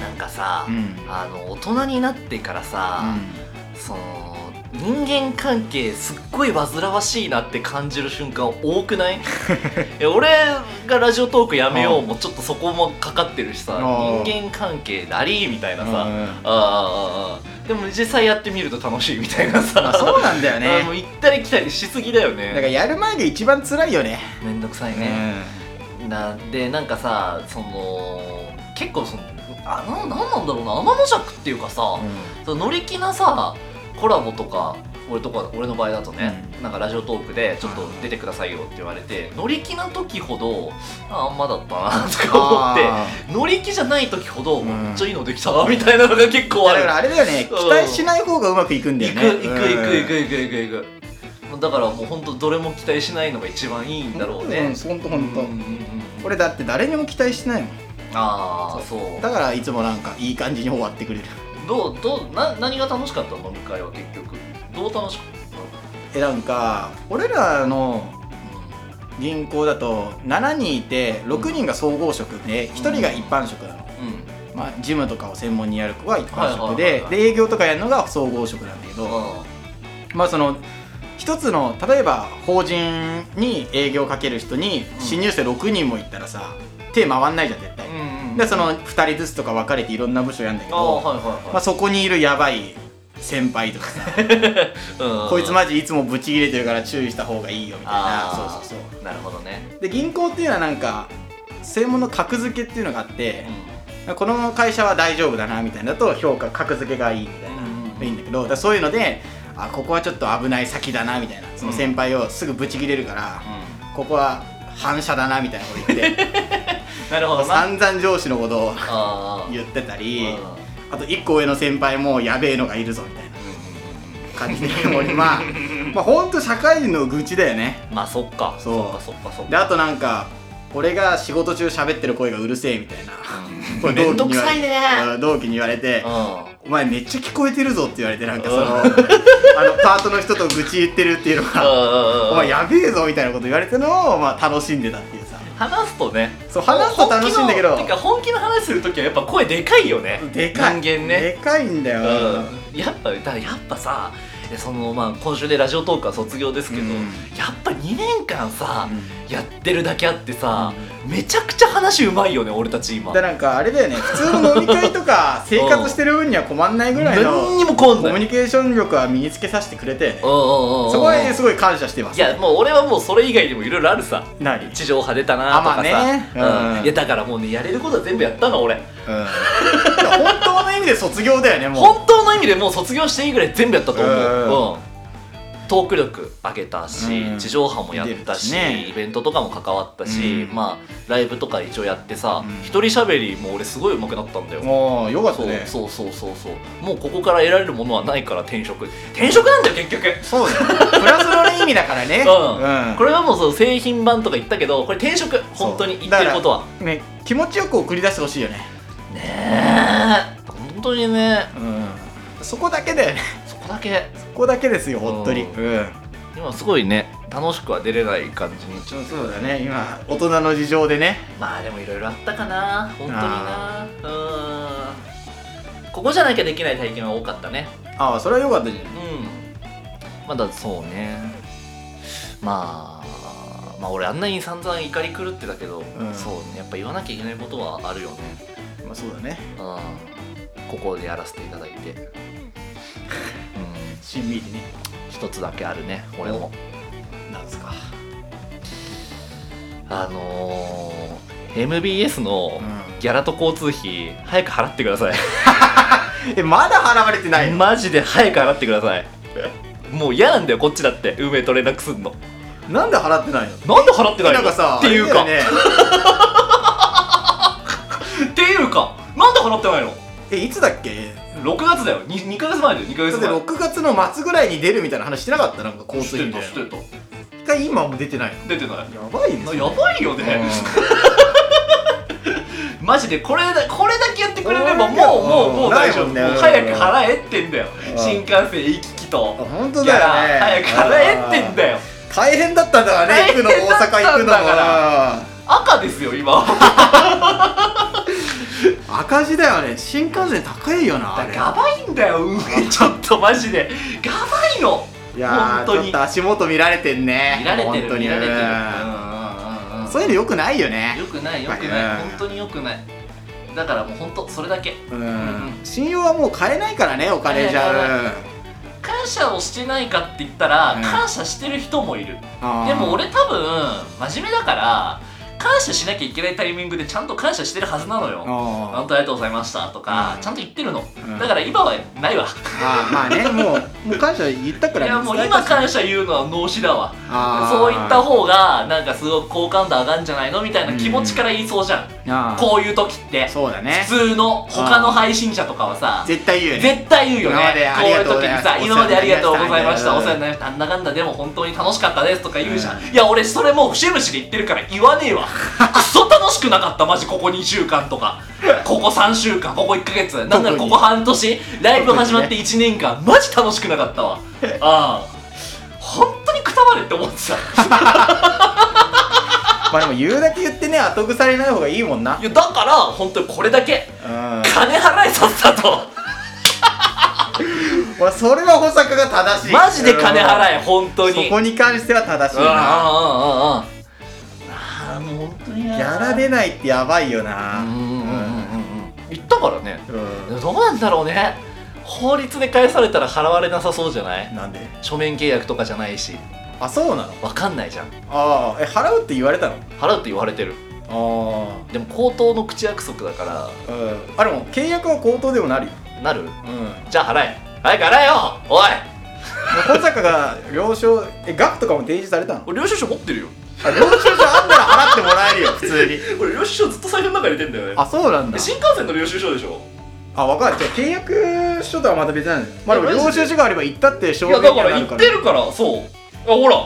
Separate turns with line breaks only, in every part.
なんかさ、
うん
あの大人になってからさ、その人間関係すっごい煩わしいなって感じる瞬間多く ないえ俺がラジオトークやめようもちょっとそこもかかってるしさ
あー
人間関係なりみたいなさ、
う
あー
ん
あーあーでも実際やってみると楽しいみたいな
まあ
さ
そうなんだよ
あーも
ね
う行ったり来たりしすぎだよ
だか
ね
らやる前が一番辛いよね
めんどくさいね、
う
なんでなんかさその結構そのあななんなんだろうな天の尺っていうかさ、
ん
その乗り気なさコラボとか俺とか俺の場合だとね、なんかラジオトークでちょっと出てくださいよって言われて、乗り気な時ほどああんまだったなとか思っ
あ
て乗り気じゃない時ほど、
うん
めっちゃいいのできたなみたいなのが結
ー
構あ
だ
る
からあれだよね期
うん
待しない方がうまくいくんだ
行
よ
く行く
ね
行く行く
行
行く行く行くもうだからもう本当どれも期待しないのが一番いいんだろうね、
ほんとほんと
うんうんうんうん
俺だって誰にも期待してないもん
ああそう
だからいつもなんかいい感じに終わってくれる
どうどうな何が楽しかったの飲み会は結局どう楽しかっ
えなんか俺
た
らの
の
銀行だと7人いて6人が総合職で1人が一般職なの、
うん、うん
まあ、ジムとかを専門にやる子は一
はい
般職
はいはい
で
はい
で営業とかやるのが総合職なんだけど、まあその一つの例えば法人に営業かける人に
うん
新入生6人もいったらさ手回んないじゃん絶対、
うんうん
でその2人ずつとか分かれていろんな部署やるんだけ
ああ
ど
はいはいはい、
まあ、そこにいるやばい先輩とかさ
うん
こいつマジいつもブチ切れてるから注意した方がいいよみたいなそう
あー
そうそ
なるほどね
うで銀行っていうのはなんか専門の格付けっていうのがあって、この会社は大丈夫だなみたいなのと評価格付けがいいみたいな、
うん
いいんだけどだからそういうのであここはちょっと危ない先だなみたいなその先輩をすぐブチ切れるから、ここは反射だなみたいなこと言って
なるほどな
散々上司のことを
あ
言ってた
い
りあと1個上の先輩もやべえのがいるぞみたいな感じでもう まあまあほんと社会人の愚痴だよね
まあそっか
そう
そっかそっかそっ
で
か
あとなんか俺が仕事中喋ってる声がうるせえみたいな
うん
これ
めん
同
ど
期
く
に言わ
さ
れ
いね
うん同期に言われて
う
「お前めっちゃ聞こえてるぞ」って言われてなんかそ
うん
の あのパートの人と愚痴言ってるっていうのが「お
ん
前やべえぞ」みたいなこと言われてるのをまあ楽しんでたっていうさ
話すとね
そう話すと楽しいんだけど
本気のてか本気の話するときはやっぱ声でかいよね
でかい
人間ね
でかいんだよ
うんやっぱだからやっぱさえそのまあ今週でラジオトークは卒業ですけど、
うん
やっぱ2年間さ、
うん
やってるだけあってさ、めちゃくちゃ話うまいよね俺たち今
でなんかあれだよね普通の飲み会とか生活してる分には困んないぐらい
何
の
にもこんな
コ
い
ミュニケーション力は身につけさせてくれて
うんうんうんうん
そこはねすごい感謝してます
いやもう俺はもうそれ以外にもいろいろあるさ
何
地上派出たなとかさ、
あまあねうん
いやだからもうねやれることは全部やったの俺
うん本当の意味で卒業だよねもう
本当の意味でもう卒業していいぐらい全部やったと思う、うん、トーク力上げたし、
うん
地上波もやったし、
出るしね
イベントとかも関わったし、
うん
まあライブとか一応やってさ、
うん
一人喋りも俺すごい上手くなったんだよ、
もうよかっ
そ
た
う
ね
そうそうそうそうもうここから得られるものはないから転職転職なんだよ結局
そうだよプラスの意味だからね
うん
うん
これはもうそう製品版とか言ったけどこれ転職本当に言ってることは
ね気持ちよく送り出してほしいよね
ねえ本当にね
うんそこだけだよね
そこだけ
そこだけですよ本当に
う
うん
今すごいね楽しくは出れない感じに
ちょそうだね今大人の事情でね
まあでもいろいろあったかな本当になうんここじゃなきゃできない体験は多かったね
ああそれはよかったじゃ
う
ん
んまだそうねまあまあ俺あんなに散々怒り狂ってたけど、
ん
そうねやっぱ言わなきゃいけないことはあるよね
まあそうだね
うんここでやらせていただいてうん
しんみりね
一つだけあるね俺も
なんすか
あのー、MBS の
うん
ギャラと交通費早く払ってください
えまだ払われてないの
マジで早く払ってくださいもう嫌なんだよこっちだって運命と連絡すんの
なんで払ってないの
なんで払ってないの
なんかさ
っていうか、
あれだよね
っていうかなんで払ってないの
えいつだっけ
6月だよ 2, 2ヶ月前だよ2ヶ
だ
月
って
前
6月の末ぐらいに出るみたいな話してなかったなんか交通
知ってた
費で
知ってた
一回今はもう出てないの
出てない
やばいです
なやばいよね、マジでこれだこれだけやってくれればもう
うん
もうもう
な
大
い
丈
も
夫も
ん
う
ね
早く払えってんだよ
うん
新幹線行き来と
本当
ギャ
だ
ラ
よね
早く払えってんだよ
大変だったんだからね行くのも大
大変だったん
阪行くのも
だか赤ですよ今 は
赤字だよね新幹線高いよなあれ
やばいんだよ運営ちょっとマジでやばいの
いやー
本当に
ちょっと足元見られてんね
見られて
本
る
当に
見られてるうんうんうんうん
そういうのよくないよね
よくないよく
やっぱ
ない
りね
本当によくないだからもう本当それだけ
うん
ん
信用はもう買えないからねお金じゃ
買え
うん
感謝をしてないかって言ったら、
うん
感謝してる人もいる
あー
でも俺多分真面目だから感謝しなきゃいけないタイミングでちゃんと感謝してるはずなのよ
あ
本当ありがとうございましたとか、
うん
ちゃんと言ってるの、
うん
だから今はないわ
ーあーまあ ねもうもう感謝言った
い
くらい
やもう今感謝言うのは脳死だわ
あー
そういった方がなんかすごく好感度上がんじゃないのみたいな気持ちから言いそうじゃん、
あー
こういう時って
そうだね
普通の他の配信者とかはさ
絶対言うよね
絶対言うよね
今まであ
こう
り
い
が
う
とうご
時
ざい
に
ました
さ今までありがとうございましたお
お
世話に
世話に
な
な
りましたあんなかんだでも本当に楽しかったですとか言うじゃん、
うん
いや俺それもう節々で言ってるから言わねえわクソ楽しくなかったマジここ2週間とかここ3週間ここ1ヶ月なんならここ半年ライブ始まって1年間マジ楽しくなかったわああ本当にくたばれって思ってた
まあでも言うだけ言ってね後腐れない方がいいもんない
やだから本当にこれだけ
うん
金払えさせたと
俺それは保坂が正しい
マジで金払
え
え本当に
そこに関しては正しいな
ああああああああもう本当にや
ギャラ出ないってやばいよな
うんうんうんうんうん言ったからね
うん
どうなんだろうね法律で返されたら払われなさそうじゃない
なんで
書面契約とかじゃないし
あそうなの
わかんないじゃん
ああえ払うって言われたの
払うって言われてる
あ
でも口頭の口約束だか
あうんあでも契約は口頭でもなるよ
らなる
うん
じゃあ払え早く払えよおい
小坂が了承え額とかも提示されたの
俺領収書持ってるよ
あ領収書あったら払ってもらえるよ普通に
俺領収書ずっと財布の中に入れてんだよね
あそうなんだ
新幹線の領収書でしょ
あ分かるじゃあ契約書とはまた別なんだよまあでも
いやマ
領
ジで
収書があれば行ったって証
い
明
や
に
だ
は
か
な
ら
る
言
か
っ
ら
てるからそうあほら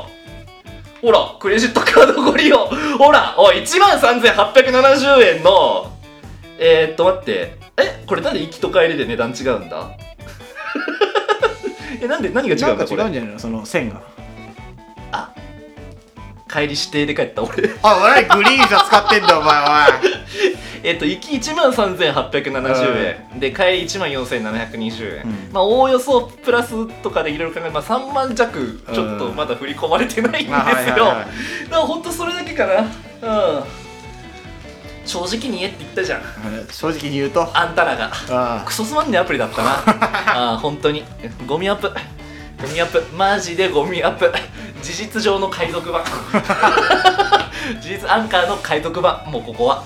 ほらクレジットカードご利用 ほらおい1万3870円のえー、っと待ってえこれなんで行きと帰りで値段違うんだ えなんで何が違
な
うんん
か
だ
違
こ
う
れ
んじゃないのその線が
帰り指定で帰った俺
あ俺グリーン車使ってんだお前
えっと行き1万3870円、で帰り1万4720円、
うん
まあおおよそプラスとかでいろいろ考えまあ3万弱ちょっとまだ振り込まれてないんですよ、
お前
だから本当それだけかなうん正直に言えって言ったじゃん
い正直に言うと
あんたらが
あ
クソつまんねえアプリだった なああ本当にゴミアップゴミアップマジでゴミアップ事実上の海 賊版事実アンカーの海賊版もうここは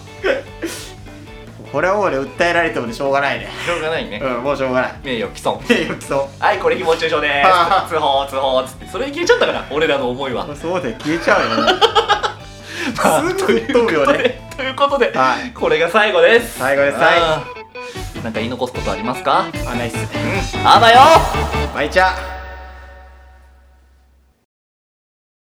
これはもうね訴えられてもねしょうがないね
しょうがないね
うんもうしょうがない
名誉毀損
契約そう
はいこれ誹謗中傷でーす通報通報っつってそれで消えちゃったから俺らの思いは
そうだよ消えちゃうよね すぐ吹っ飛ぶよね
ということで
はい
これが最後です
最後ですはい
あーなんか言い残すことありますか
あないっす
あばよ
バイチャ